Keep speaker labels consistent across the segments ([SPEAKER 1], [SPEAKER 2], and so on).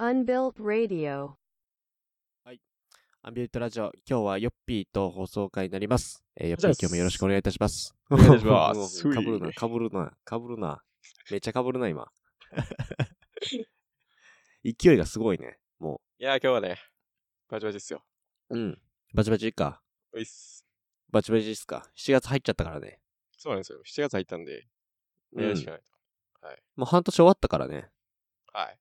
[SPEAKER 1] Unbuilt Radio.
[SPEAKER 2] アンビエントラジオ、今日はヨッピーと放送会になります。えー、ヨッピ
[SPEAKER 3] じゃ
[SPEAKER 2] ー
[SPEAKER 3] あ
[SPEAKER 2] 今日もよろしくお願いいたします。
[SPEAKER 3] お願いします
[SPEAKER 2] もうかぶるな、かぶるな、かぶるな。めっちゃかぶるな、 今。勢いがすごいね、も
[SPEAKER 3] いやー、今日はね、バチバチですよ。
[SPEAKER 2] う。うん。バチバチか。
[SPEAKER 3] ういっす。
[SPEAKER 2] バチバチですか。7月入っちゃったからね。
[SPEAKER 3] そうなんですよ。7月入ったんで、
[SPEAKER 2] う
[SPEAKER 3] やるし
[SPEAKER 2] ん
[SPEAKER 3] か。ないと。
[SPEAKER 2] もう半年終わったから ね。
[SPEAKER 3] はい。わかり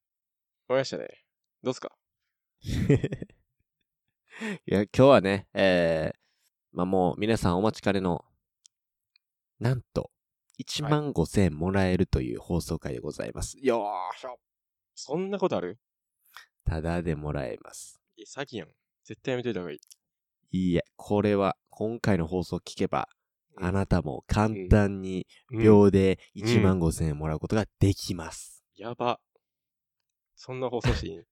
[SPEAKER 3] ましたね。どうっすか
[SPEAKER 2] いや、今日はね、えー、まあもう皆さんお待ちかねの、なんと、1
[SPEAKER 3] はい
[SPEAKER 2] 万5千円もらえるという放送会でございます。よーしょ
[SPEAKER 3] そんなことある
[SPEAKER 2] ただでもらえます。
[SPEAKER 3] いや詐欺やん。絶対やめといた方がいい。
[SPEAKER 2] いいえ、これは今回の放送を聞けば、あなたも簡単に
[SPEAKER 3] うん
[SPEAKER 2] 秒で1万5千円もらうことができます。
[SPEAKER 3] やば。そんな放送していい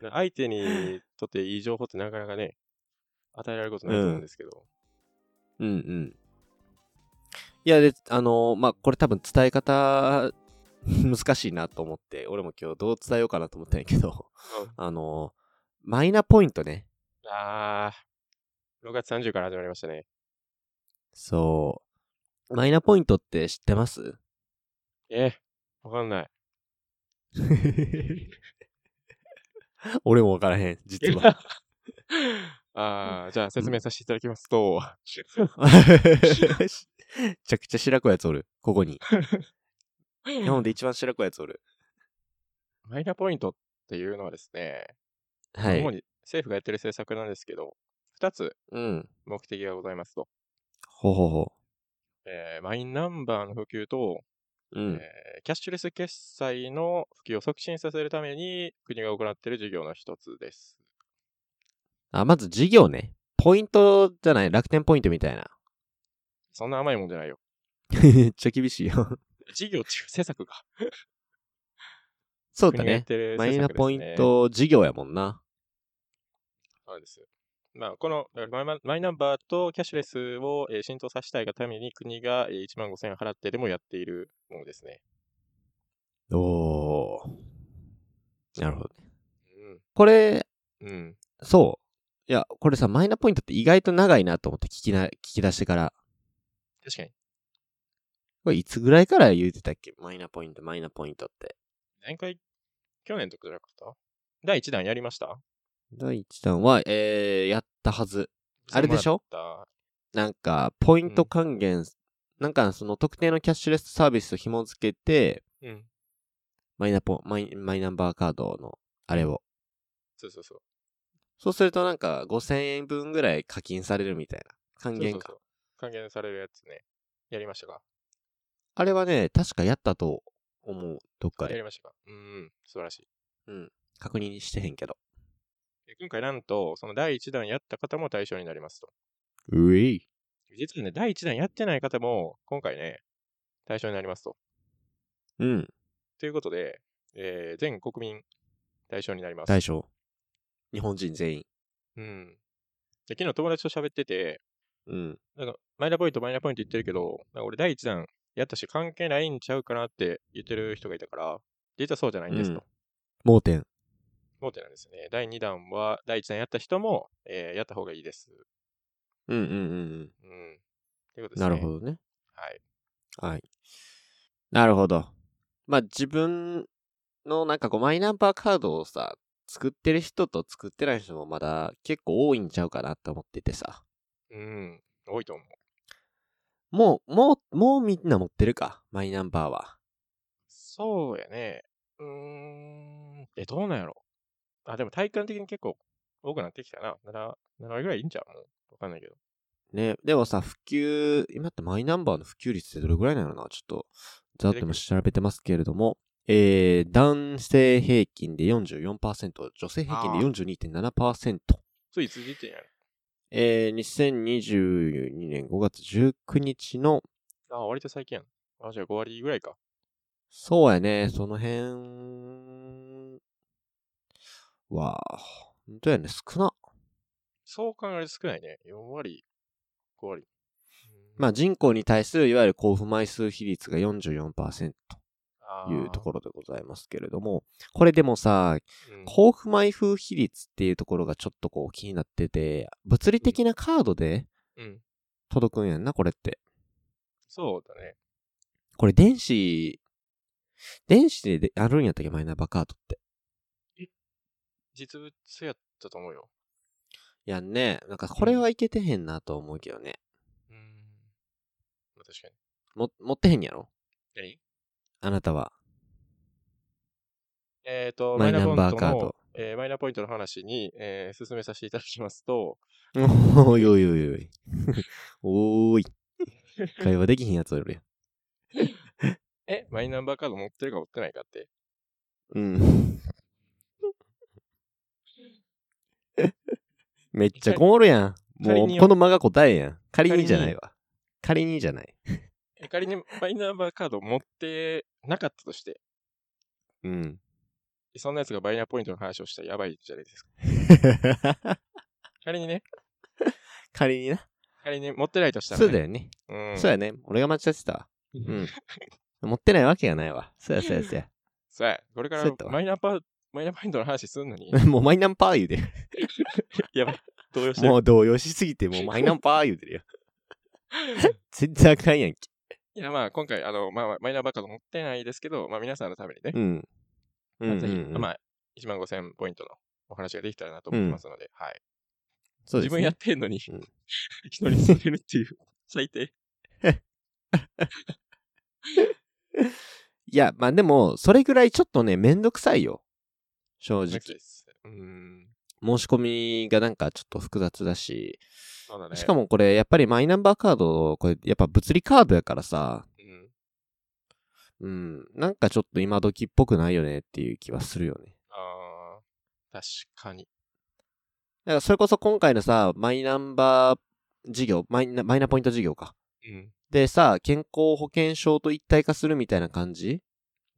[SPEAKER 3] 相手にとっていい情報ってなかなかね、与えられることないと思うんですけど。
[SPEAKER 2] うんうん。いや、で、あのーまあ、これ多分伝え方、 難しいなと思って、俺も今日どう伝えようかなと思ったんやけど、
[SPEAKER 3] うん
[SPEAKER 2] あのーマイナポイントね。
[SPEAKER 3] あー、6月30から始まりましたね。
[SPEAKER 2] そう。マイナポイントって知ってます
[SPEAKER 3] えー、わかんない。
[SPEAKER 2] 俺もわからへん、実は。
[SPEAKER 3] あー、じゃあ説明させていただきますと、
[SPEAKER 2] めちゃくちゃ白子やつおる、ここに。日本で一番白子やつおる。
[SPEAKER 3] マイナポイントっていうのはですね、
[SPEAKER 2] はい。
[SPEAKER 3] 主に政府がやってる政策なんですけど、2つ
[SPEAKER 2] うん。
[SPEAKER 3] 目的がございますと、
[SPEAKER 2] ほうほうほ
[SPEAKER 3] えーマイナンバーの普及と、
[SPEAKER 2] う。うん。
[SPEAKER 3] えーキャッシュレス決済の普及を促進させるために国が行っている事業の一つです。
[SPEAKER 2] あ、まず事業ね。ポイントじゃない、楽天ポイントみた いな。
[SPEAKER 3] そんな甘いもんじゃないよ。
[SPEAKER 2] めっちゃ厳しいよ。
[SPEAKER 3] 事業っていう政策が。
[SPEAKER 2] そう
[SPEAKER 3] 国
[SPEAKER 2] だ
[SPEAKER 3] がやっ
[SPEAKER 2] ね。
[SPEAKER 3] てる
[SPEAKER 2] マイ
[SPEAKER 3] 政
[SPEAKER 2] ナ
[SPEAKER 3] 策ですね
[SPEAKER 2] ポイン。ト事業やもんな。
[SPEAKER 3] そうです。まあ、このだからマイマイナンバーとキャッシュレスを、えー浸透させたいがために国が、えー1万5000円払ってでもやっているものですね。
[SPEAKER 2] おー。なるほど。
[SPEAKER 3] う
[SPEAKER 2] これ、
[SPEAKER 3] ん。うん。
[SPEAKER 2] そう。いや、これさ、マイナポイントって意外と長いなと思って聞きな、聞き出してから。
[SPEAKER 3] 確かに。
[SPEAKER 2] これいつぐらいから言うてたっけマイナポイント、マイナポイントって。
[SPEAKER 3] 前回、去年とかじゃなかった第1弾やりました
[SPEAKER 2] 第1弾は、えー、やったはず。あれでしょ
[SPEAKER 3] もらっ
[SPEAKER 2] なんか、ポイント還元、なんかその特定のキャッシュレスサービスと紐付けて、
[SPEAKER 3] たうん。
[SPEAKER 2] マイナポ、マイマイナンバーカードの、あれを。
[SPEAKER 3] そうそうそう。
[SPEAKER 2] そうするとなんか、5000円分ぐらい課金されるみたいな。還元
[SPEAKER 3] そう
[SPEAKER 2] か
[SPEAKER 3] そうそう。還元されるやつね。やりましたか
[SPEAKER 2] あれはね、確かやったと思う。どっか
[SPEAKER 3] やり
[SPEAKER 2] で。
[SPEAKER 3] ましたかうんうん。素晴らしい。
[SPEAKER 2] 確認してへんけど。
[SPEAKER 3] で今回なんと、その第1弾やった方も対象になりますと。
[SPEAKER 2] うい。
[SPEAKER 3] 実はね、第1弾やってない方も、今回ね、対象になりますと。
[SPEAKER 2] うん。
[SPEAKER 3] ということで、えー全国民対象になります。
[SPEAKER 2] 大将。日本人全員。
[SPEAKER 3] うん。で昨日友達と喋ってて、
[SPEAKER 2] うん。
[SPEAKER 3] なんか、マイナポイント、マイナポイント言ってるけど、なんか俺第一弾やったし関係ないんちゃうかなって言ってる人がいたから、実はそうじゃないんです
[SPEAKER 2] うん
[SPEAKER 3] と。
[SPEAKER 2] 盲点。
[SPEAKER 3] 盲点なんですね。第2弾は、第1弾やった人も、えーやった方がいいです。
[SPEAKER 2] うんうんうんうん。
[SPEAKER 3] うん。ということです
[SPEAKER 2] な
[SPEAKER 3] ね。
[SPEAKER 2] るほ。どね。
[SPEAKER 3] はい。
[SPEAKER 2] はい。なるほど。まあ自分のなんかこうマイナンバーカードをさ、作ってる人と作ってない人もまだ結構多いんちゃうかなって思っててさ。
[SPEAKER 3] うん。多いと思う。
[SPEAKER 2] もう、もう、もうみんな持ってるか、マイナンバーは。
[SPEAKER 3] そうやね。うーん。え、どうなんやろ。あ、でも体感的に結構多くなってきたな。7、7割ぐらいいいんちゃうもうわかんないけど。
[SPEAKER 2] ね、でもさ、普及、今ってマイナンバーの普及率ってどれぐらいなのかなちょっと、ざっと今調べてますけれども、えー、男性平均で44%、女性平均で42.7%。
[SPEAKER 3] ついついてんやね。
[SPEAKER 2] えー、2022年5月19日の
[SPEAKER 3] あ、割と最近やん。あ、じゃあ5割ぐらいか。
[SPEAKER 2] そうやね、その辺は、本当やね、少な。
[SPEAKER 3] そう考えると少ないね。4割、5割。うん
[SPEAKER 2] まあ人口に対するいわゆる交付枚数比率が44%というところでございますけれども、これでもさ、交付枚数比率っていうところがちょっとこう気になってて、物理的なカードで
[SPEAKER 3] うん、うん。
[SPEAKER 2] 届くんやんな、これって。
[SPEAKER 3] そうだね。
[SPEAKER 2] これ電子、電子でであるんやったっけ、マイナンバーカードって。
[SPEAKER 3] 実物やったと思うよ。
[SPEAKER 2] やんね。なんかこれはいけてへんなと思うけどね。
[SPEAKER 3] うん。まあ確かに。
[SPEAKER 2] も、持ってへんやろ
[SPEAKER 3] 何
[SPEAKER 2] あなたは。
[SPEAKER 3] えっ、と、
[SPEAKER 2] マ
[SPEAKER 3] マ
[SPEAKER 2] イ
[SPEAKER 3] イ
[SPEAKER 2] ナ
[SPEAKER 3] ナ
[SPEAKER 2] ン
[SPEAKER 3] ン
[SPEAKER 2] バ
[SPEAKER 3] バ
[SPEAKER 2] ー
[SPEAKER 3] ー
[SPEAKER 2] カ
[SPEAKER 3] カ
[SPEAKER 2] ード
[SPEAKER 3] ード。えーマイナポイントの話に、えー進めさせていただきますと、
[SPEAKER 2] おいおいおいおい。 おーい。会話できひんやつおるやん。
[SPEAKER 3] え、マイナンバーカード持ってるか持ってないかって。
[SPEAKER 2] うん。 めっちゃこもるや ん。
[SPEAKER 3] 仮
[SPEAKER 2] も
[SPEAKER 3] に
[SPEAKER 2] う、
[SPEAKER 3] よ
[SPEAKER 2] この間が答えやん。仮にじゃないわ。仮にじゃない。
[SPEAKER 3] え仮にマイナンバーカード持ってなかったとして、
[SPEAKER 2] うん。
[SPEAKER 3] そんなやつがマイナポイントの話をしたらやばいじゃないですか。仮にね、
[SPEAKER 2] 仮にな。
[SPEAKER 3] 仮に持ってないとしたら、ね。
[SPEAKER 2] そうだよね。
[SPEAKER 3] うん。
[SPEAKER 2] そうやね。俺が間違ってたわ。 うん。持ってないわけがないわ。そうやそうやそう や。
[SPEAKER 3] そうや。これか
[SPEAKER 2] そう
[SPEAKER 3] ら
[SPEAKER 2] やったわ
[SPEAKER 3] マイナンバー、マイナポイントの話すん のに、
[SPEAKER 2] もうマイナンパー言うてる。
[SPEAKER 3] やばい。動揺してる。
[SPEAKER 2] もう動揺しすぎて、 もうマイナンパー言うてるよ。全然あかんやんけ。
[SPEAKER 3] いや、まあ、今回、あの、まあまあ、マイナンバーカード持ってないですけど、まあ、皆さんのためにね、
[SPEAKER 2] うん。うん
[SPEAKER 3] ま
[SPEAKER 2] う
[SPEAKER 3] あ
[SPEAKER 2] ん
[SPEAKER 3] ぜひ、
[SPEAKER 2] うん
[SPEAKER 3] まあ、1万5000ポイントのお話ができたらなと思ってますので、はい。
[SPEAKER 2] そうで
[SPEAKER 3] 自
[SPEAKER 2] すね
[SPEAKER 3] 分やってんのに、
[SPEAKER 2] うん
[SPEAKER 3] 一 人住んでるっていう、最低。
[SPEAKER 2] いや、まあでも、それぐらいちょっとね、めんどくさいよ。 正
[SPEAKER 3] 無
[SPEAKER 2] 直
[SPEAKER 3] 理。です。うーん。
[SPEAKER 2] 申し込みがなんかちょっと複雑だし、
[SPEAKER 3] そうだね。
[SPEAKER 2] しか
[SPEAKER 3] も、
[SPEAKER 2] もこれ、やっぱりマイナンバーカード、これ、やっぱ物理カードやからさ、
[SPEAKER 3] うん、
[SPEAKER 2] うん、なんかちょっと今時っぽくないよねっていう気はするよね。
[SPEAKER 3] あー確かに。
[SPEAKER 2] だからそれこそ今回のさ、マイナンバー事業、マイナ、マイナポイント事業か。
[SPEAKER 3] うん。
[SPEAKER 2] でさ、健康保険証と一体化するみたいな感じ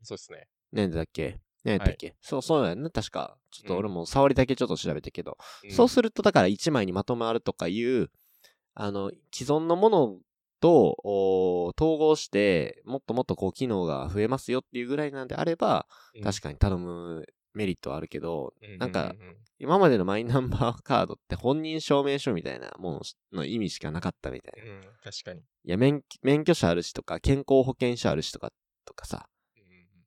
[SPEAKER 3] そうですね。
[SPEAKER 2] なんだっけなんだっけ、そう、そうやんな、確か。ちょっと俺も触りだけちょっと調べたけど。
[SPEAKER 3] うん
[SPEAKER 2] そうすると、だから1枚にまとまるとかいう、あの、既存のものとおー統合して、もっともっとこう、機能が増えますよっていうぐらいなんであれば、
[SPEAKER 3] うん
[SPEAKER 2] 確かに頼むメリットはあるけど、なんか
[SPEAKER 3] うううん
[SPEAKER 2] 今までのマイナンバーカードって本人証明書みたいなものの意味しかなかったみたいな。い
[SPEAKER 3] うん、うん確かに。
[SPEAKER 2] や、免免許証あるしとか、健康保険証あるしとか、とかさ、
[SPEAKER 3] うん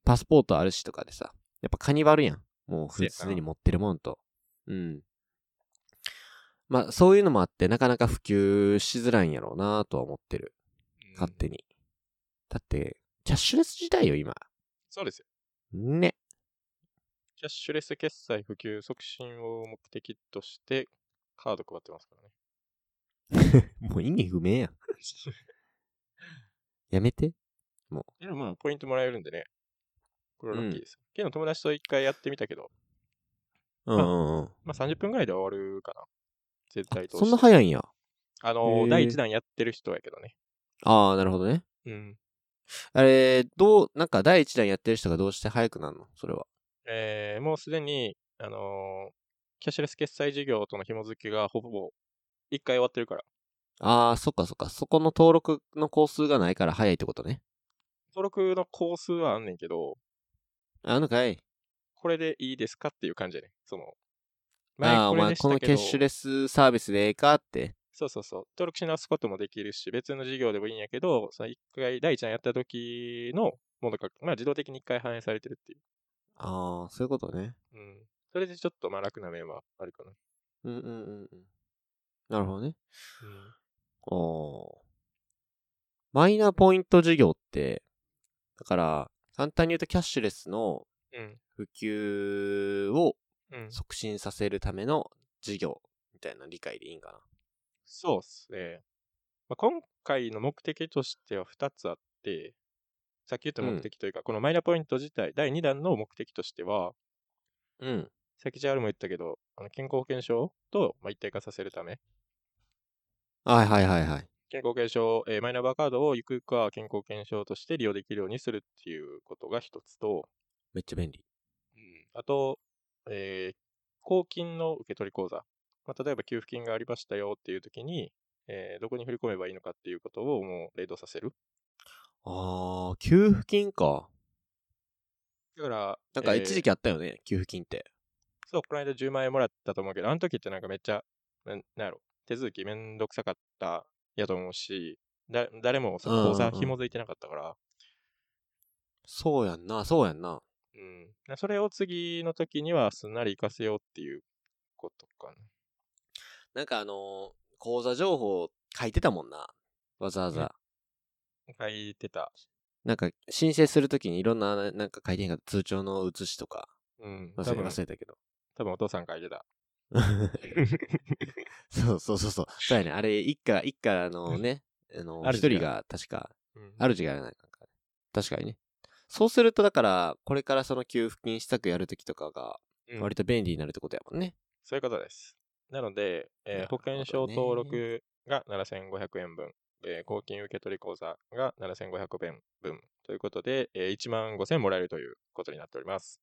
[SPEAKER 2] パスポートあるしとかでさ、やっぱカニバルやん。もう
[SPEAKER 3] そう
[SPEAKER 2] 普
[SPEAKER 3] やな
[SPEAKER 2] 通に持ってるもんと。うん。まあ、そういうのもあって、なかなか普及しづらいんやろうなとは思ってる。
[SPEAKER 3] うん
[SPEAKER 2] 勝手に。だって、キャッシュレス時代よ、今。
[SPEAKER 3] そうですよ。
[SPEAKER 2] ね。
[SPEAKER 3] キャッシュレス決済普及促進を目的として、カード配ってま すからね。
[SPEAKER 2] もう意味不明やん。やめて。
[SPEAKER 3] でもまあ、ポイントもらえるんでね。これはラッキーです。昨日友達と一回やってみたけど、
[SPEAKER 2] うんうんうん。
[SPEAKER 3] まあ30分ぐらいで終わるかな。絶対と。
[SPEAKER 2] そんな早いんや。
[SPEAKER 3] あ
[SPEAKER 2] へ
[SPEAKER 3] の
[SPEAKER 2] ー
[SPEAKER 3] ー、第1弾やってる人やけどね。
[SPEAKER 2] ああ、なるほどね。
[SPEAKER 3] うん。
[SPEAKER 2] あれ、どう、なんか第一弾やってる人がどうして早くなるのそれは。
[SPEAKER 3] えーもうすでに、あのーキャッシュレス決済事業との紐付けがほぼ1回終わってるから。
[SPEAKER 2] ああ、そっかそっか。そこの登録の工数がないから早いってことね。
[SPEAKER 3] 登録の工数はあんねんけど、
[SPEAKER 2] あのかい。
[SPEAKER 3] これでいいですかっていう感じやね。その、
[SPEAKER 2] ああ、お前
[SPEAKER 3] でした
[SPEAKER 2] この
[SPEAKER 3] け
[SPEAKER 2] キャ
[SPEAKER 3] ど
[SPEAKER 2] ッシュレスサービスでええかって。
[SPEAKER 3] そうそうそう。登録し直すこともできるし、別の事業でもいいんやけど、その一回、第一弾やった時のものが、まあ自動的に一回反映されてるっていう。
[SPEAKER 2] ああ、そういうことね。
[SPEAKER 3] うん。それでちょっとまあ楽な面はあるかな。
[SPEAKER 2] うんうんうんうん。なるほどね。おーマイナポイント事業って、だから、簡単に言うとキャッシュレスの
[SPEAKER 3] うん。
[SPEAKER 2] 普及を
[SPEAKER 3] うん。
[SPEAKER 2] 促進させるための事業みたいな理解でいいんか
[SPEAKER 3] そうっすね。まあ、今回の目的としては2つあって、さっき言った目的というか、このマイナポイント自体、第2弾の目的としては、
[SPEAKER 2] な。うん。
[SPEAKER 3] さっき JR も言ったけど、あの健康保険証とまあ一体化させるため、
[SPEAKER 2] はいはいはいはい。
[SPEAKER 3] 健康保険証、えーマイナンバーカードをゆくゆくは健康保険証として利用できるようにするっていうことが一つと、
[SPEAKER 2] めっちゃ便利。
[SPEAKER 3] あと、えー公金の受け取り口座、まあ、例えば給付金がありましたよっていう時に、えーどこに振り込めばいいのかっていうことをもう連動させる。
[SPEAKER 2] ああ、給付金か。
[SPEAKER 3] だから、
[SPEAKER 2] なんか
[SPEAKER 3] えー
[SPEAKER 2] 一時期あったよね、給付金って。
[SPEAKER 3] そう、この間10万円もらったと思うけど、あの時ってなんかめっちゃ、ななんやろ、手続きめんどくさかったやと思うし、だ誰もそ
[SPEAKER 2] うんうんうん
[SPEAKER 3] 口座紐づいてなかったから、
[SPEAKER 2] そうやんな、そうやんな。
[SPEAKER 3] うん。なそれを次の時にはすんなり活かせようっていうことかな。
[SPEAKER 2] なんかあのー、口座情報書いてたもんな。わざわざ。
[SPEAKER 3] 書いてた。
[SPEAKER 2] なんか申請するときにいろんな、なんか書いてへんかった通帳の写しとか。
[SPEAKER 3] うん。多
[SPEAKER 2] 忘れ
[SPEAKER 3] 分、
[SPEAKER 2] 忘れた けど。
[SPEAKER 3] 多分お父さん書いてた。
[SPEAKER 2] そうそうそうそう。そうやね。あれ、一家、一家あのね、あの、
[SPEAKER 3] 主
[SPEAKER 2] 一
[SPEAKER 3] が
[SPEAKER 2] 人が確か、
[SPEAKER 3] うん
[SPEAKER 2] ある時がやらないかんから。確かにね。そうすると、だから、これからその給付金施策やるときとかが、
[SPEAKER 3] うん
[SPEAKER 2] 割と便利になるってことやもんね。
[SPEAKER 3] そういうことです。なので、
[SPEAKER 2] な
[SPEAKER 3] えー
[SPEAKER 2] るほ
[SPEAKER 3] 保
[SPEAKER 2] どね
[SPEAKER 3] 険証登録が7500円分、えー公金受取口座が7500円分ということで、えー1万5000円もらえるということになっております。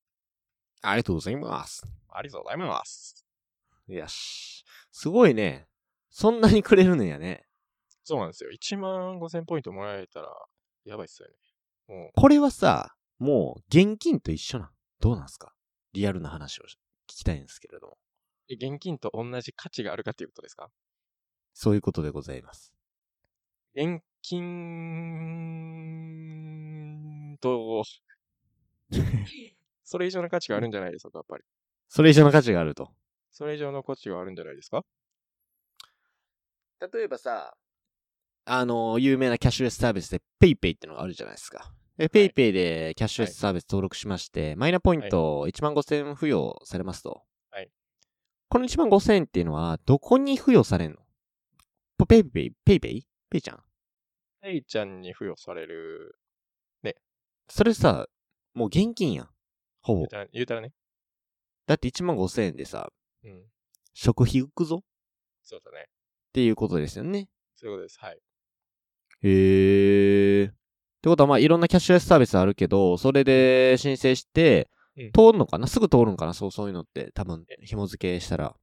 [SPEAKER 2] ありがとうございます。
[SPEAKER 3] ありがとうございます。
[SPEAKER 2] よし。すごいね。そんなにくれるんやね。
[SPEAKER 3] そうなんですよ。1万5000ポイントもらえたら、やばいっすよね。も
[SPEAKER 2] これはさ、もう、現金と一緒なん。どうなんすかリアルな話を聞きたいんですけれども。
[SPEAKER 3] う、え現金と同じ価値があるかということですか
[SPEAKER 2] そういうことでございます。
[SPEAKER 3] 現金と、 それ以上の価値があるんじゃないですか、やっぱり。
[SPEAKER 2] それ以上の価値があると。
[SPEAKER 3] それ以上の価値があるんじゃないですか
[SPEAKER 2] 例えばさ、あの、有名なキャッシュレスサービスで PayPay ってのがあるじゃないですか。で、PayPay でキャッシュレスサービス登録しまして、マイナポイント1万5000円付与されますと。
[SPEAKER 3] はい
[SPEAKER 2] この1万5000円っていうのは、どこに付与されんの ?PayPay?PayPay? ペイペイペイちゃん
[SPEAKER 3] ペイちゃんに付与される
[SPEAKER 2] それさ、もう現金やん。ほ
[SPEAKER 3] 言
[SPEAKER 2] ぼ
[SPEAKER 3] う。たら言うたらね。
[SPEAKER 2] だって1万5000円でさ、
[SPEAKER 3] うん。
[SPEAKER 2] 食費浮くぞっ
[SPEAKER 3] そうだね。
[SPEAKER 2] ていうことですよね。
[SPEAKER 3] そういうことです。はい。
[SPEAKER 2] へー。ってことは、まあ、いろんなキャッシュレスサービスあるけど、それで申請して
[SPEAKER 3] うん、
[SPEAKER 2] 通るのかなすぐ通るんかなそう、そういうのって、多分、紐付けしたら。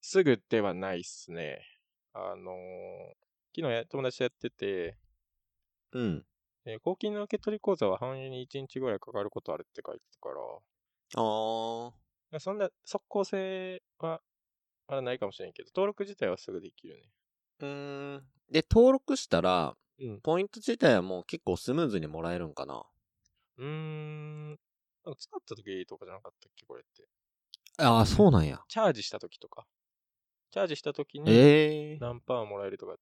[SPEAKER 3] すぐではないっすね。あのー昨日や友達とやってて、
[SPEAKER 2] うん。
[SPEAKER 3] えー公金の受け取り口座は反映に1日ぐらいかかることあるって書いてたから
[SPEAKER 2] あー。、
[SPEAKER 3] そんな即効性はまだないかもしれんけど、登録自体はすぐできるね。
[SPEAKER 2] うーん。で、登録したら、
[SPEAKER 3] うん
[SPEAKER 2] ポイント自体はもう結構スムーズにもらえるんかな
[SPEAKER 3] うーん。なんか使った時とかじゃなかったっけ、これって。
[SPEAKER 2] ああ、そうなんや。
[SPEAKER 3] チャージした時とか。チャージした時に
[SPEAKER 2] ええー。
[SPEAKER 3] 何パーもらえるとか、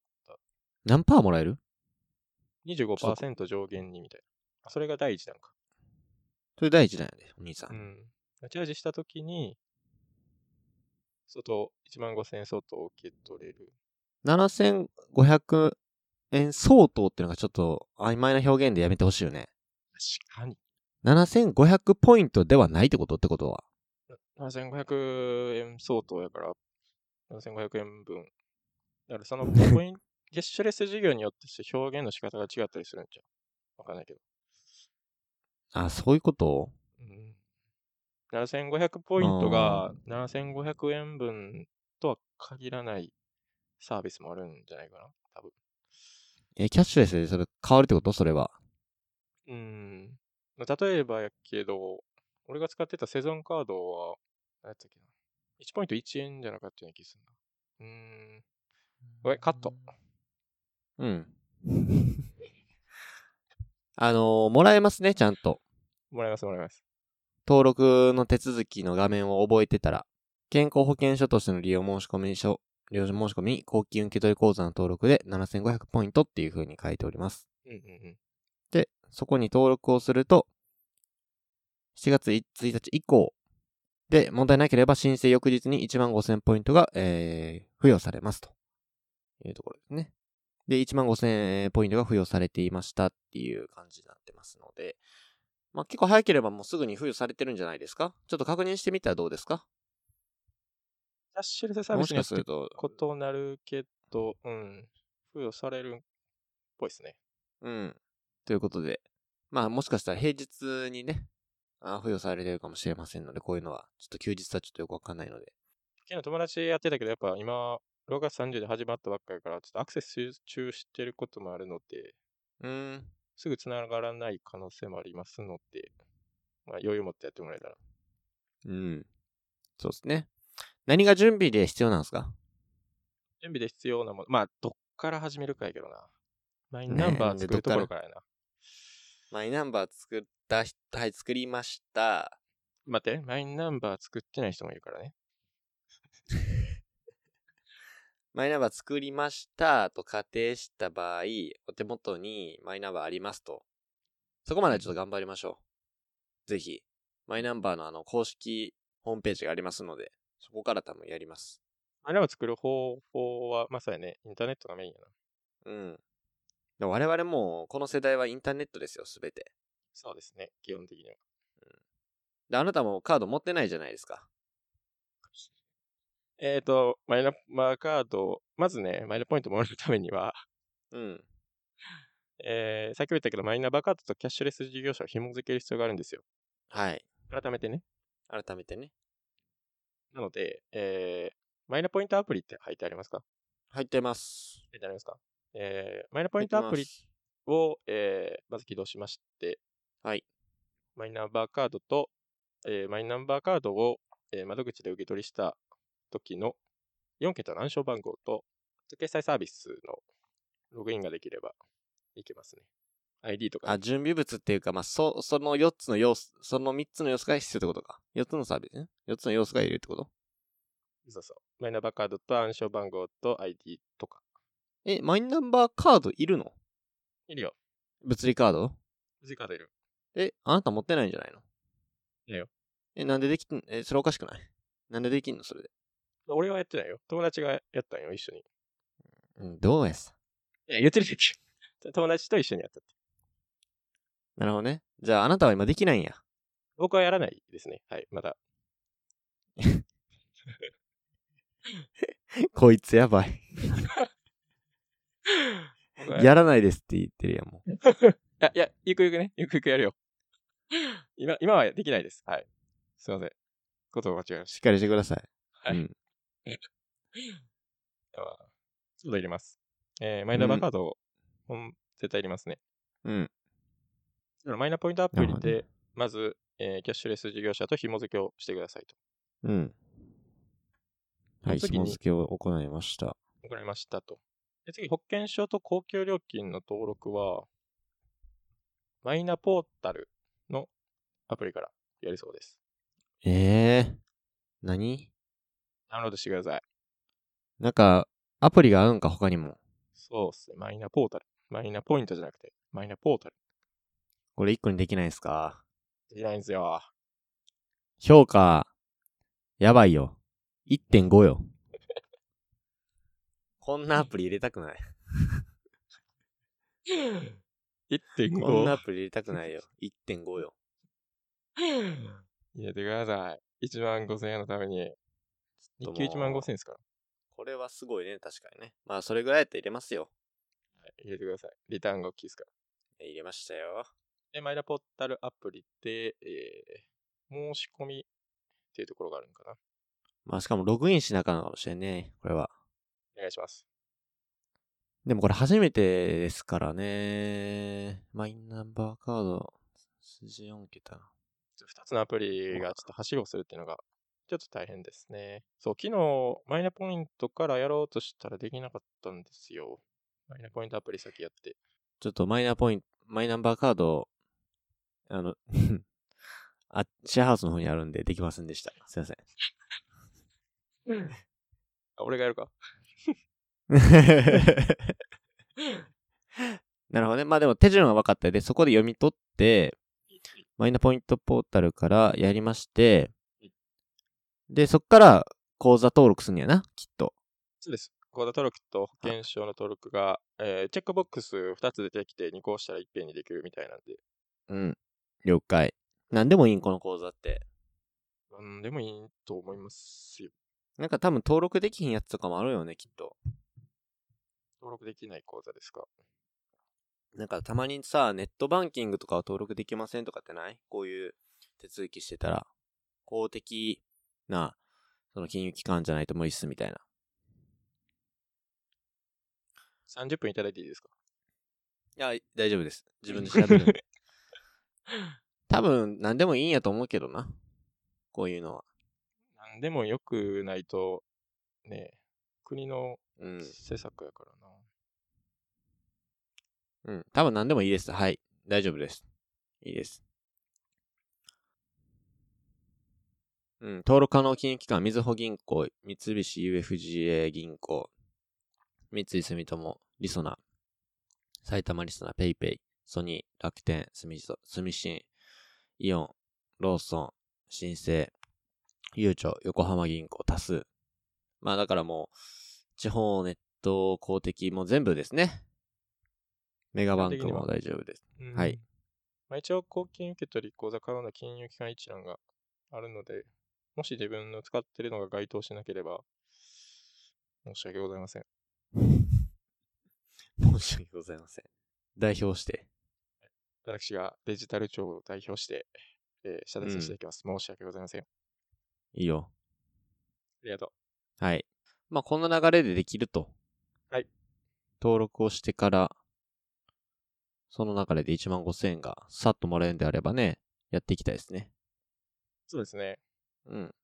[SPEAKER 2] 何パーもらえる
[SPEAKER 3] 25%上限にみたいな。あそれが第一弾か。
[SPEAKER 2] それ第一弾やね、お兄さん。
[SPEAKER 3] うん。チャージしたときに、相当、1万5000円相当受け取れる。
[SPEAKER 2] 7500円相当っていうのがちょっと曖昧な表現でやめてほしいよね。
[SPEAKER 3] 確かに。
[SPEAKER 2] 7500ポイントではないってことってことは。
[SPEAKER 3] 7500円相当やから、7500円分。だからそのポイント、キャッシュレス事業によって表現の仕方が違ったりするんちゃうわかんないけど。
[SPEAKER 2] あ、そういうこと
[SPEAKER 3] うん。7500ポイントが7500円分とは限らないサービスもあるんじゃないかな多分。
[SPEAKER 2] え、キャッシュレスでそれ変わるってことそれは。
[SPEAKER 3] うん。まあ例えばやけど、俺が使ってたセゾンカードは、何やったっけな。1ポイント1円じゃなかったような気がするな。うーん。ごめん、カット。
[SPEAKER 2] うん。 あのーもらえますね、ちゃんと。
[SPEAKER 3] もらいます、もらいます。
[SPEAKER 2] 登録の手続きの画面を覚えてたら、健康保険証としての利用申し込み書、利用申し込み、公金受取口座の登録で7500ポイントっていう風に書いております。
[SPEAKER 3] うんうんうん。
[SPEAKER 2] で、そこに登録をすると、7月1日以降で問題なければ申請翌日に1万5000ポイントが、えー、付与されますというところですね。で、1万5000ポイントが付与されていましたっていう感じになってますので、まあ、結構早ければもうすぐに付与されてるんじゃないですかちょっと確認してみたらどうですか
[SPEAKER 3] キャッシュレスサービ
[SPEAKER 2] も
[SPEAKER 3] ス
[SPEAKER 2] し
[SPEAKER 3] によ
[SPEAKER 2] か
[SPEAKER 3] っ
[SPEAKER 2] す
[SPEAKER 3] て
[SPEAKER 2] ると、
[SPEAKER 3] 異なるけど、うん。付与されるっぽいですね。
[SPEAKER 2] うん。ということで、まあもしかしたら平日にね、あ付与されてるかもしれませんので、こういうのは、ちょっと休日はちょっとよくわかんないので。
[SPEAKER 3] 昨日友達やってたけど、やっぱ今、 6月30で始まったばっかりから、ちょっとアクセス集中してることもあるので、
[SPEAKER 2] うん。
[SPEAKER 3] すぐ繋がらない可能性もありますので、まあ、余裕持ってやってもらえたら。
[SPEAKER 2] うん。そうですね。何が準備で必要なんですか
[SPEAKER 3] 準備で必要なもの、まあ、どっから始めるかやけどな。マイナンバー作るところからやな。
[SPEAKER 2] マイナンバー作った人、はい、作りました。
[SPEAKER 3] 待って、マイナンバー作ってない人もいるからね。
[SPEAKER 2] マイナンバー作りましたと仮定した場合、お手元にマイナンバーありますと。そこまでちょっと頑張りましょう。ぜひ、マイナンバーのあの公式ホームページがありますので、そこから多分やります。
[SPEAKER 3] マイナンバー作る方法は、まさにね、インターネットがメインやな。
[SPEAKER 2] うん。で我々もうこの世代はインターネットですよ、すべて。
[SPEAKER 3] そうですね、基本的には。
[SPEAKER 2] で、あなたもカード持ってないじゃないですか。
[SPEAKER 3] えっ、と、マイナンバーカード、まずね、マイナポイントもらうためには、
[SPEAKER 2] うん。
[SPEAKER 3] えー、さっきも言ったけど、マイナンバーカードとキャッシュレス事業者を紐付ける必要があるんですよ。
[SPEAKER 2] はい。
[SPEAKER 3] 改めてね。
[SPEAKER 2] 改めてね。
[SPEAKER 3] なので、えー、マイナポイントアプリって入ってありますか
[SPEAKER 2] 入ってます。
[SPEAKER 3] 入ってありますかえー、マイナポイントアプリを、えーまず起動しまして、
[SPEAKER 2] はい。
[SPEAKER 3] マイナンバーカードと、えーマイナンバーカードを、えー窓口で受け取りした時の4桁の暗証番号と、決済サービスのログインができればいけますね。ID とかね、
[SPEAKER 2] あ、準備物っていうか、まあ、そ、その4つの要素、その3つの要素が必要ってことか。4つのサービスね。4つの要素がいるってこと
[SPEAKER 3] そうそう。マイナンバーカードと暗証番号と ID とか。
[SPEAKER 2] え、マイナンバーカードいるの
[SPEAKER 3] いるよ。
[SPEAKER 2] 物理カード
[SPEAKER 3] 藤井カードいる。
[SPEAKER 2] え、あなた持ってないんじゃないの
[SPEAKER 3] いやよ。
[SPEAKER 2] え、なんでできん、え、それおかしくないなんでできんのそれで。
[SPEAKER 3] 俺はやってないよ。友達がやったんよ、一緒に。
[SPEAKER 2] うん、どうやす。
[SPEAKER 3] いや、言ってる時。 友達と一緒にやったって。
[SPEAKER 2] なるほどね。じゃあ、あなたは今できないんや。
[SPEAKER 3] 僕はやらないですね。はい、まだ。
[SPEAKER 2] こいつやばい。
[SPEAKER 3] 僕は
[SPEAKER 2] やらないですって言ってるやん、もう。
[SPEAKER 3] あ、いや、ゆくゆくね、ゆくゆくやるよ。 今、今はできないです。はい。すいません。ことを間違えまし
[SPEAKER 2] しっかりしてください。
[SPEAKER 3] はい
[SPEAKER 2] うん。
[SPEAKER 3] た。あちょっと入れます。えー、マイナンバーカードを、ほん絶対入れますね。
[SPEAKER 2] うん。
[SPEAKER 3] だからマイナポイントアプ
[SPEAKER 2] なる
[SPEAKER 3] リ
[SPEAKER 2] ほど
[SPEAKER 3] で、まず、えーキャッシュレス事業者と紐付けをしてください
[SPEAKER 2] うん。はい、
[SPEAKER 3] その時に
[SPEAKER 2] 紐付けを行いました。
[SPEAKER 3] と。送られましたと。で次、保険証と公共料金の登録は、マイナポータルのアプリからやりそうです。
[SPEAKER 2] ええー。何
[SPEAKER 3] ダウンロードしてください。
[SPEAKER 2] なんか、アプリがあるんか、他にも。
[SPEAKER 3] そうっすね。マイナポータル。マイナポイントじゃなくて、マイナポータル。
[SPEAKER 2] これ一個にできないですか
[SPEAKER 3] できないんですよ。
[SPEAKER 2] 評価、やばいよ。1.5よ。 こんなアプリ入れたくない。こんなア
[SPEAKER 3] 1.5。
[SPEAKER 2] プリ入れたくないよ。1.5よ。
[SPEAKER 3] 入れてください。1万5千円のために。
[SPEAKER 2] ちょ
[SPEAKER 3] 日
[SPEAKER 2] っと
[SPEAKER 3] 給
[SPEAKER 2] もう
[SPEAKER 3] 1万5千円ですから。
[SPEAKER 2] これはすごいね、確かにね。まあ、それぐらいやったら入れますよ。
[SPEAKER 3] はい入れてください。リターンが大きいですから。
[SPEAKER 2] 入れましたよ。
[SPEAKER 3] で、マイナポータルアプリで、えー、申し込みっていうところがあるのかな。
[SPEAKER 2] まあ、しかもログインしなあかんのかもしれんね。これは。
[SPEAKER 3] お願いします。
[SPEAKER 2] でもこれ初めてですからね。マイナンバーカード、数字4桁。
[SPEAKER 3] 2つのアプリがちょっとはしごするっていうのが、ちょっと大変ですね。そう、昨日、マイナポイントからやろうとしたらできなかったんですよ。マイナポイントアプリ先やって。
[SPEAKER 2] ちょっとマイナポイント、マイナンバーカード、あの、 あ、シェアハウスの方にあるんでできませんでした。すいません。
[SPEAKER 3] あ、俺がやるか。
[SPEAKER 2] なるほどね。まあでも手順は分かったで、そこで読み取って、マイナポイントポータルからやりまして、で、そっから口座登録するんやな、きっと。
[SPEAKER 3] そうです。口座登録と保険証の登録が、えーチェックボックス2つ出てきて2個押したらいっぺんにできるみたいなんで、
[SPEAKER 2] うん。了解。なんでもいいん、この口座って。
[SPEAKER 3] なんでもいいと思いますよ。
[SPEAKER 2] なんか多分登録できひんやつとかもあるよね、きっと。
[SPEAKER 3] 登録できない口座ですか。
[SPEAKER 2] なんかたまにさ、ネットバンキングとかは登録できませんとかってないこういう手続きしてたら、公的な、その金融機関じゃないと無理っすみたいな。
[SPEAKER 3] 30分いただいていいですか
[SPEAKER 2] いや、大丈夫です。自分で調べるん で。多分、何でもいいんやと思うけどな。こういうのは。
[SPEAKER 3] なんでもよくないと、ね、国の
[SPEAKER 2] うん。
[SPEAKER 3] 施策やからな。
[SPEAKER 2] うん。多分何でもいいです。はい。大丈夫です。いいです。うん。登録可能金融機関、みずほ銀行、三菱 UFJ 銀行、三井住友、りそな、埼玉りそな、ペイペイ、ソニー、楽天、すみそ、すみしん、イオン、ローソン、新生、ゆうちょ、横浜銀行、多数。まあだからもう、地方ネット公的も全部ですね。メガバンクも大丈夫です。
[SPEAKER 3] うん
[SPEAKER 2] はい。
[SPEAKER 3] まあ、一応、公金受取口座からの金融機関一覧があるので、もし自分の使ってるのが該当しなければ、申し訳ございません。
[SPEAKER 2] 申し訳ございません。代表して。
[SPEAKER 3] 私がデジタル庁を代表して、えー、謝罪させていただきます。申し訳ございません。あ
[SPEAKER 2] いいよ。
[SPEAKER 3] りがと
[SPEAKER 2] はい。まあ、こんな流れでできると。
[SPEAKER 3] はい。
[SPEAKER 2] 登録をしてから、その中で1万5000円がさっともらえるんであればね、やっていきたいですね。
[SPEAKER 3] う。そうですね。
[SPEAKER 2] うん。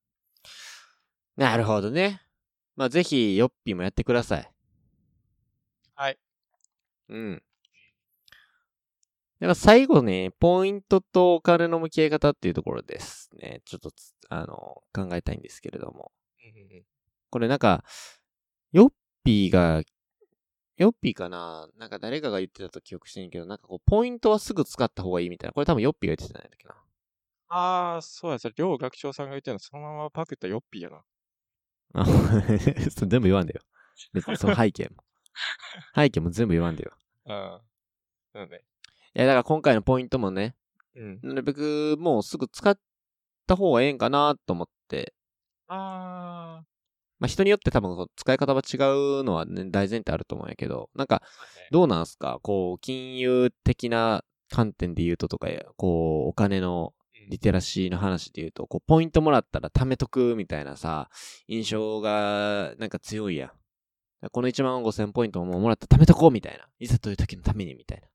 [SPEAKER 2] なるほどね。まあ、ぜひ、ヨッピーもやってください。
[SPEAKER 3] はい。
[SPEAKER 2] うん。では最後ね、ポイントとお金の向き合い方っていうところですね。ちょっとつ、あの、考えたいんですけれども。
[SPEAKER 3] うんうんうん
[SPEAKER 2] これなんか、ヨッピーが、ヨッピーかななんか誰かが言ってたと記憶してんけど、なんかこう、ポイントはすぐ使った方がいいみたいな。これ多分ヨッピーが言ってたんだっけな。
[SPEAKER 3] ああ、そうや、それ、両学長さんが言ってるの、そのままパクったヨッピーやな。
[SPEAKER 2] あ そう全部言わんだよ。別にその背景も。背景も全部言わんだよ。
[SPEAKER 3] うん。なので、
[SPEAKER 2] いや、だから今回のポイントもね、
[SPEAKER 3] うん。
[SPEAKER 2] なるべくもうすぐ使った方がええんかなと思って、
[SPEAKER 3] あ
[SPEAKER 2] まあ人によって多分こう使い方は違うのは、ね、大前提あると思うんやけど、なんか
[SPEAKER 3] あ、
[SPEAKER 2] どうなんすかこう、金融的な観点で言うととか、こう、お金の
[SPEAKER 3] うん
[SPEAKER 2] リテラシーの話で言うと、こう、ポイントもらったら貯めとくみたいなさ、印象がなんか強いやん。だからこの1万5000ポイントももうもらったら貯めとこうみたいな。いざという時のためにみたいな。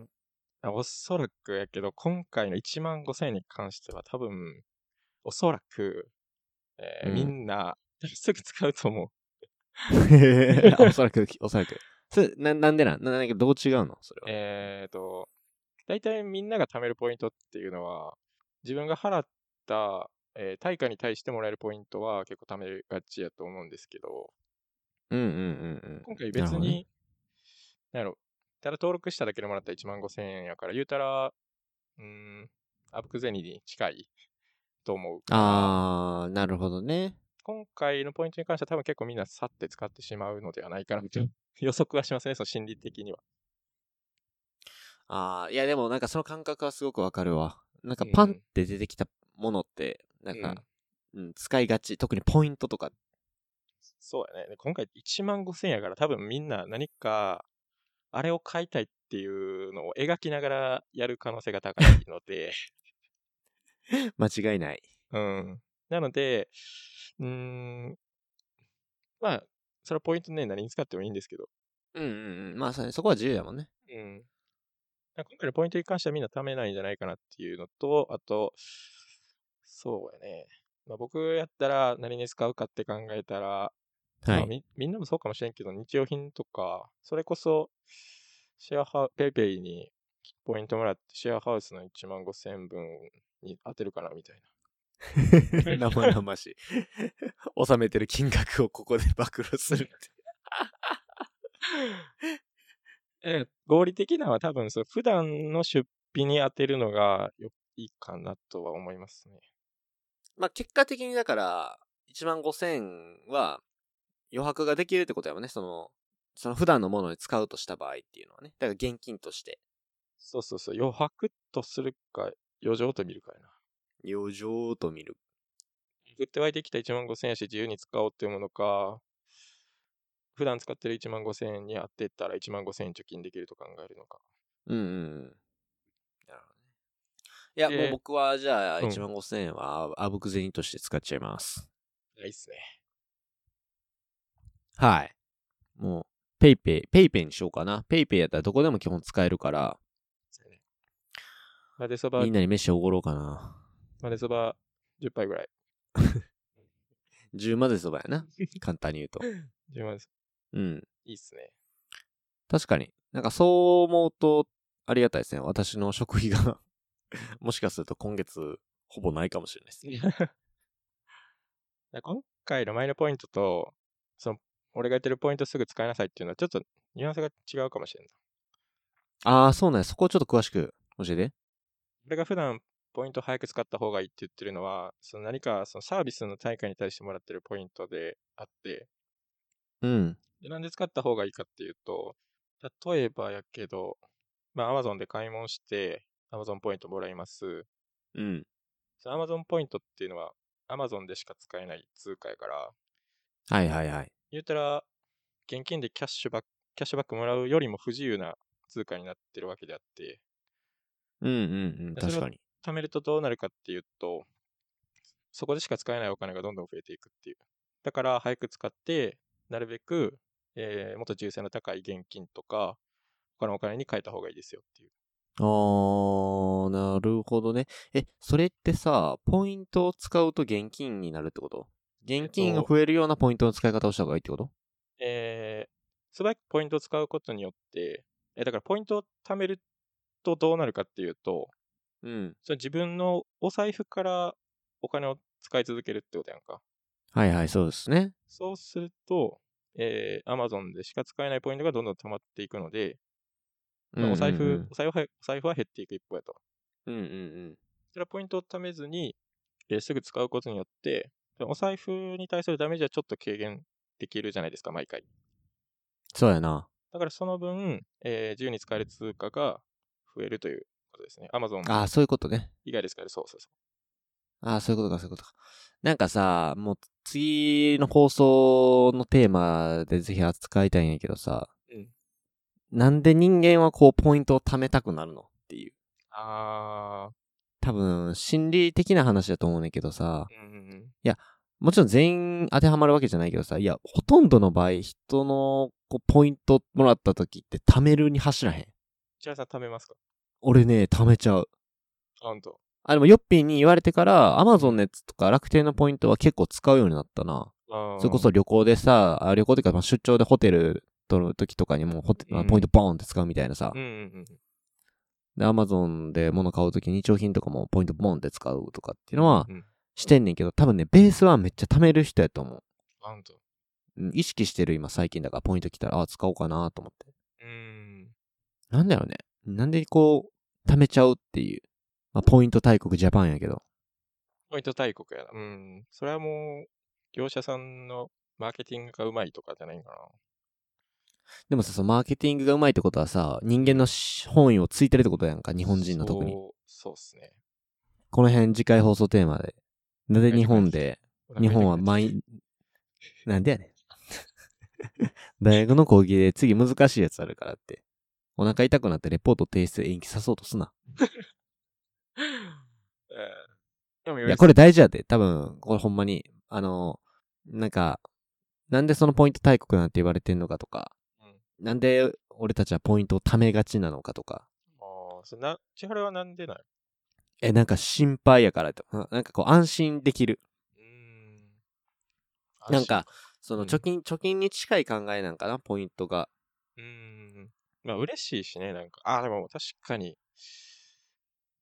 [SPEAKER 3] うんおそらくやけど、今回の1万5000円に関しては多分、おそらく、えー
[SPEAKER 2] うん
[SPEAKER 3] みんな、すぐ使うと 思う。
[SPEAKER 2] あおそらく、おそらく。それななんでなんななんかどう違うのそれは。
[SPEAKER 3] えーと、大体みんなが貯めるポイントっていうのは、自分が払った、えー対価に対してもらえるポイントは結構貯めがちやと思うんですけど、
[SPEAKER 2] うんうんうんうん。
[SPEAKER 3] 今回
[SPEAKER 2] なる
[SPEAKER 3] 別
[SPEAKER 2] ほどね
[SPEAKER 3] に、なんやろ、ただ登録しただけでもらった1万5000円やから、言うたら、うーん、アブクゼニに近いと思う。
[SPEAKER 2] あー、なるほどね。
[SPEAKER 3] 今回のポイントに関しては多分結構みんな去って使ってしまうのではないかなと 予測はしますね、その心理的には。
[SPEAKER 2] あー、いやでもなんかその感覚はすごくわかるわ。なんか
[SPEAKER 3] うん
[SPEAKER 2] パンって出てきたものって、なんか、うん、使いがち。特にポイントとか。
[SPEAKER 3] そうやね。で今回1万5000円やから多分みんな何か、あれを買いたいっていうのを描きながらやる可能性が高いの で、
[SPEAKER 2] 間違いない。
[SPEAKER 3] うん。なので、うーん、まあ、それはポイントね、何に使ってもいいんですけど、
[SPEAKER 2] うんうんうん。まあそそこは自由だもんね。
[SPEAKER 3] うん。だから今回のポイントに関してはみんな貯めないんじゃないかなっていうのと、あと、そうやね。まあ、僕やったら何に使うかって考えたら、
[SPEAKER 2] は
[SPEAKER 3] まあ
[SPEAKER 2] い。
[SPEAKER 3] み、みんなもそうかもしれんけど、日用品とか、それこそ、シェアハウペイペイにポイントもらって、シェアハウスの1万5000円分に当てるかなみたい な。
[SPEAKER 2] 生々しい。納めてる金額をここで暴露するって。
[SPEAKER 3] ええ合理的なのは多分そう、普段の出費に当てるのがよいいかなとは思いますね。
[SPEAKER 2] まあ結果的にだから、1万5000円は余白ができるってことやもんね。その、その普段のものに使うとした場合っていうのはね。だから現金として。
[SPEAKER 3] そうそうそう、余白とするか、余剰と見るかやな。
[SPEAKER 2] 余剰と見る。
[SPEAKER 3] 振って湧いてきた1万5000円やし、自由に使おうっていうものか、普段使ってる1万5000円に当てたら1万5000円貯金できると考えるのか。
[SPEAKER 2] うんうんうん。なるほどね。いや、
[SPEAKER 3] で
[SPEAKER 2] もう僕はじゃあ
[SPEAKER 3] うん
[SPEAKER 2] 1万5000円はあぶく銭として使っちゃいます。
[SPEAKER 3] ないっすね。
[SPEAKER 2] はい。もペイペイ、ペイペイにしようかな。ペイペイやったらどこでも基本使えるから、
[SPEAKER 3] そうやねまでそば
[SPEAKER 2] みん、なに飯おごろうかな。
[SPEAKER 3] までそば10杯ぐらい。
[SPEAKER 2] 10まぜそばや な。簡単に言うと。
[SPEAKER 3] 10万です。
[SPEAKER 2] うん。
[SPEAKER 3] いいっすね。
[SPEAKER 2] 確かに。なんかそう思うと、ありがたいですね。私の食費が、 もしかすると今月、ほぼないかもしれないです。
[SPEAKER 3] だから今回のマイナポイントと、その、俺が言ってるポイントすぐ使いなさいっていうのは、ちょっとニュアンスが違うかもしれんない。
[SPEAKER 2] ああ、そうね。そこをちょっと詳しく教えて。
[SPEAKER 3] 俺が普段ポイント早く使った方がいいって言ってるのは、その何かそのサービスの対価に対してもらってるポイントであって、
[SPEAKER 2] うん。
[SPEAKER 3] でなんで使った方がいいかっていうと、例えばやけど、まあ Amazon で買い物して、Amazon ポイントもらいます。
[SPEAKER 2] うん。
[SPEAKER 3] その Amazon ポイントっていうのは Amazon でしか使えない通貨やから、
[SPEAKER 2] はいはいはい。
[SPEAKER 3] 言うたら、現金でキャッシュバック、キャッシュバックもらうよりも不自由な通貨になってるわけであって、
[SPEAKER 2] うんうんうん。
[SPEAKER 3] それは
[SPEAKER 2] 確かに。
[SPEAKER 3] 貯めるとどうなるかっていうと、そこでしか使えないお金がどんどん増えていくっていう。だから、早く使って、なるべく、えーもっと重性の高い現金とか、他のお金に変えた方がいいですよっていう。
[SPEAKER 2] あー、なるほどね。え、それってさ、ポイントを使うと現金になるってこと現金が増えるようなポイントの使い方をした方がいいってこと
[SPEAKER 3] えー、素早くポイントを使うことによって、えーだからポイントを貯めるとどうなるかっていうと、
[SPEAKER 2] うん。
[SPEAKER 3] それ自分のお財布からお金を使い続けるってことやんか。
[SPEAKER 2] はいはい、そうですね。
[SPEAKER 3] そうすると、えー、Amazon でしか使えないポイントがどんどん溜まっていくので、まあお財
[SPEAKER 2] うん
[SPEAKER 3] 布、お財布はお財布は減っていく一方やと。
[SPEAKER 2] うんうんうん。
[SPEAKER 3] それはポイントを貯めずに、えーすぐ使うことによって、お財布に対するダメージはちょっと軽減できるじゃないですか、毎回。
[SPEAKER 2] そうやな。
[SPEAKER 3] だからその分、えー自由に使える通貨が増えるということですね。Amazon
[SPEAKER 2] あー、そういうことね。
[SPEAKER 3] 以外で使える、そうそうそ
[SPEAKER 2] ああ、そういうことか、そういうことか。なんかさ、もう次の放送のテーマでぜひ扱いたいんやけどさ、
[SPEAKER 3] うん
[SPEAKER 2] なんで人間はこうポイントを貯めたくなるのっていう。
[SPEAKER 3] う。あ
[SPEAKER 2] 多分、心理的な話だと思うねんだけどさ、
[SPEAKER 3] ー、うんうんうん。
[SPEAKER 2] もちろん全員当てはまるわけじゃないけどさ、いや、ほとんどの場合、人のこうポイントもらった時って貯めるに走らへん。
[SPEAKER 3] 千原さん貯めますか
[SPEAKER 2] 俺ね、貯めちゃう。
[SPEAKER 3] アカウント。
[SPEAKER 2] あ、でも、ヨッピーに言われてから、アマゾンのやつとか楽天のポイントは結構使うようになったな。
[SPEAKER 3] あー
[SPEAKER 2] それこそ旅行でさ、あ旅行というか、まあ、出張でホテル取る時とかにもうホテ、
[SPEAKER 3] うん
[SPEAKER 2] まあポイントボーンって使うみたいなさ
[SPEAKER 3] うん。うんうん。
[SPEAKER 2] で、アマゾンで物買う時に日用品とかもポイントボーンって使うとかっていうのは
[SPEAKER 3] うん
[SPEAKER 2] してんねんけど、多分ね、ベースはめっちゃ貯める人やと思う。
[SPEAKER 3] アカウント。
[SPEAKER 2] うん意識してる今最近だからポイント来たら、あ、使おうかなと思って。
[SPEAKER 3] うーん。
[SPEAKER 2] なんだよね。なんでこう、貯めちゃうっていう。まあ、ポイント大国ジャパンやけど。
[SPEAKER 3] ポイント大国やな。うん。それはもう、業者さんのマーケティングがうまいとかじゃないんか
[SPEAKER 2] でもさ、そのマーケティングがうまいってことはさ、人間のし本意をついてるってことやんか、
[SPEAKER 3] な。
[SPEAKER 2] 日本人の特に。
[SPEAKER 3] そう。そうっすね。
[SPEAKER 2] この辺次回放送テーマで。なぜ日本で、
[SPEAKER 3] お腹
[SPEAKER 2] 日本は
[SPEAKER 3] 痛くなっ
[SPEAKER 2] マ
[SPEAKER 3] ち
[SPEAKER 2] イ
[SPEAKER 3] ゃ
[SPEAKER 2] ン、なん でやねん。大学の講義で次難しいやつあるからって。お腹痛くなってレポート提出延期さそうとすな。
[SPEAKER 3] う。えーでも
[SPEAKER 2] い
[SPEAKER 3] より
[SPEAKER 2] や、これ大事やで。多分、これほんまに、あの、なんか、なんでそのポイント大国なんて言われてんのかとか、なんで俺たちはポイントを貯めがちなのかとか、
[SPEAKER 3] ああ、それな、千原はなんでない
[SPEAKER 2] え、なんか心配やからと。ななんかこう安心できる。
[SPEAKER 3] うーん。
[SPEAKER 2] なんか、その
[SPEAKER 3] うん
[SPEAKER 2] 貯金、貯金に近い考えなんかな、ポイントが。
[SPEAKER 3] 安心。うーん。まあ、嬉しいしね、なんか。ああ、でも確かに、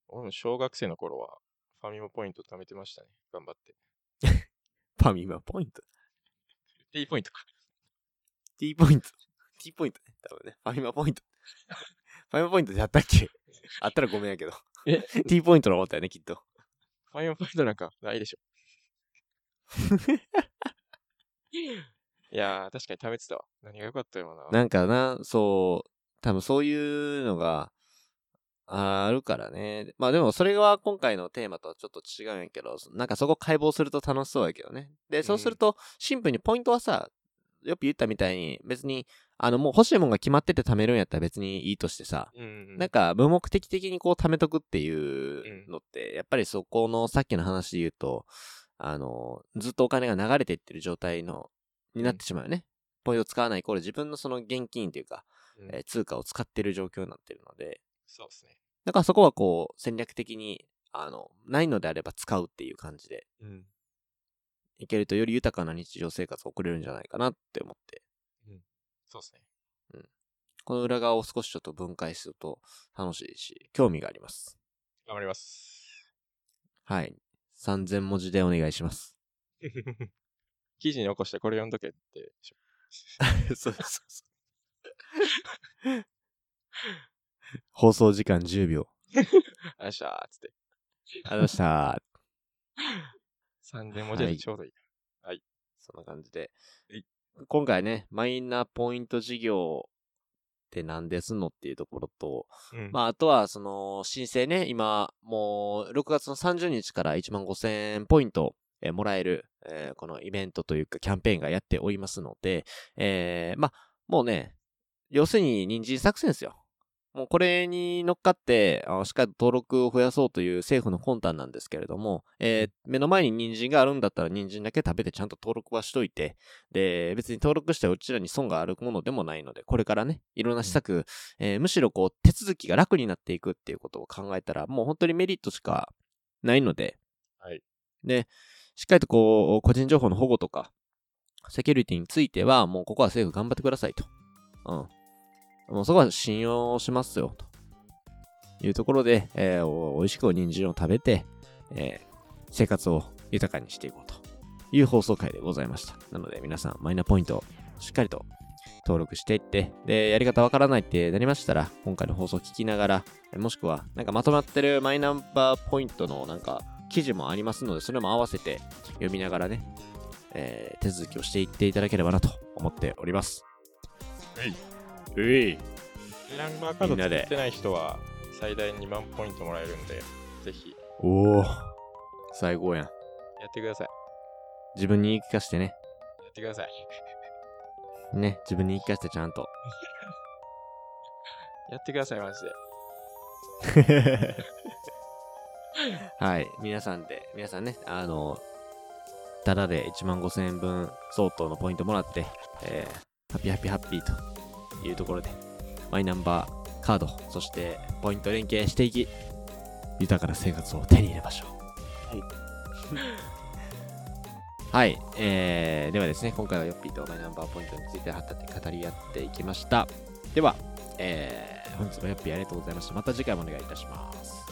[SPEAKER 3] 俺も小学生の頃は、ファミマポイント貯めてましたね。頑張って。
[SPEAKER 2] ファミマポイント。
[SPEAKER 3] D ポイントか。
[SPEAKER 2] T ポイント。T ポイントね。多分ね。ファミマポイ ント。ファミマポイントでやったっけあったらごめんやけど。
[SPEAKER 3] え
[SPEAKER 2] T ポイントのことやね、きっと。
[SPEAKER 3] ファインポイントなんかない でしょ。いやー、確かに食べてたわ。何が良かったよな。
[SPEAKER 2] なんかな、そう、多分そういうのが、あるからね。まあでもそれは今回のテーマとはちょっと違うんやけど、なんかそこ解剖すると楽しそうやけどね。で、そうすると、シンプルにポイントはさ、よく言ったみたいに、別に、あのもう欲しいもんが決まってて貯めるんやったら別にいいとしてさ、
[SPEAKER 3] うん。
[SPEAKER 2] なんか無目的的にこう貯めとくっていうのって、やっぱりそこのさっきの話で言うと、あの、ずっとお金が流れていってる状態の、になってしまうよね。ポイントを使わないイコール自分のその現金というか、
[SPEAKER 3] うん
[SPEAKER 2] えー通貨を使ってる状況になってるので、
[SPEAKER 3] そうですね。
[SPEAKER 2] だからそこはこう戦略的に、あの、ないのであれば使うっていう感じで
[SPEAKER 3] うん。
[SPEAKER 2] いけるとより豊かな日常生活を送れるんじゃないかなって思って、
[SPEAKER 3] そうですね。
[SPEAKER 2] この裏側を少しちょっと分解すると楽しいし、興味があります。
[SPEAKER 3] 頑張ります。
[SPEAKER 2] はい。3000文字でお願いします。
[SPEAKER 3] 記事に起こしてこれ読んどけって。
[SPEAKER 2] そうそうそう。放送時間10秒。
[SPEAKER 3] あっしゃーっつって。
[SPEAKER 2] ありがとうございました。
[SPEAKER 3] 3年文字でちょうどいい。
[SPEAKER 2] そんな感じで
[SPEAKER 3] はい。
[SPEAKER 2] 今回ね、マイナポイント事業って何ですのっていうところと、
[SPEAKER 3] うん
[SPEAKER 2] まあ、あとは、その、申請ね、今、もう、6月の30日から1万5000ポイント、えーもらえる、えーこのイベントというか、キャンペーンがやっておりますので、えーまあ、もうね、要するに、人参作戦ですよ。もう、これに乗っかって、あのしっかりと登録を増やそうという政府の魂胆なんですけれども、えー目の前に人参があるんだったら、人参だけ食べてちゃんと登録はしといて、で、別に登録してうちらに損があるものでもないので、これからね、いろんな施策、えーむしろこう手続きが楽になっていくっていうことを考えたら、もう本当にメリットしかないので、
[SPEAKER 3] はい。
[SPEAKER 2] で、しっかりとこう、個人情報の保護とか、セキュリティについては、もうここは政府頑張ってくださいと。うん。もうそこは信用しますよ、というところで、えーお美味しくお人参を食べて、えー生活を豊かにしていこうという放送回でございました。なので皆さん、マイナポイント、しっかりと登録していって、で、やり方わからないってなりましたら、今回の放送を聞きながら、えもしくは、なんかまとまってるマイナンバーポイントのなんか記事もありますので、それも合わせて読みながらね、えー手続きをしていっていただければなと思っております。
[SPEAKER 3] はい。
[SPEAKER 2] うい。
[SPEAKER 3] ランバーカー
[SPEAKER 2] み
[SPEAKER 3] ド
[SPEAKER 2] んなで
[SPEAKER 3] 作ってない人は最大2万ポイントもらえるんで、ぜひや
[SPEAKER 2] おお。最高やん。
[SPEAKER 3] ってください。
[SPEAKER 2] 自分に言い聞かせてね。
[SPEAKER 3] やってください。
[SPEAKER 2] ね、自分に言い聞かせてちゃんと。
[SPEAKER 3] やってください、マジで。
[SPEAKER 2] はい、皆さんで、皆さんね、あの、ただで1万5000円分相当のポイントもらって、えーハッピーハッピーハッピーというところで、マイナンバーカード、そしてポイント連携していき、豊かな生活を手に入れましょう。 はい。えー、ではですね、今回はヨッピーとマイナンバーポイントについてはた語り合っていきました。では、えー本日もヨッピーありがとうございました。また次回もお願いいたします。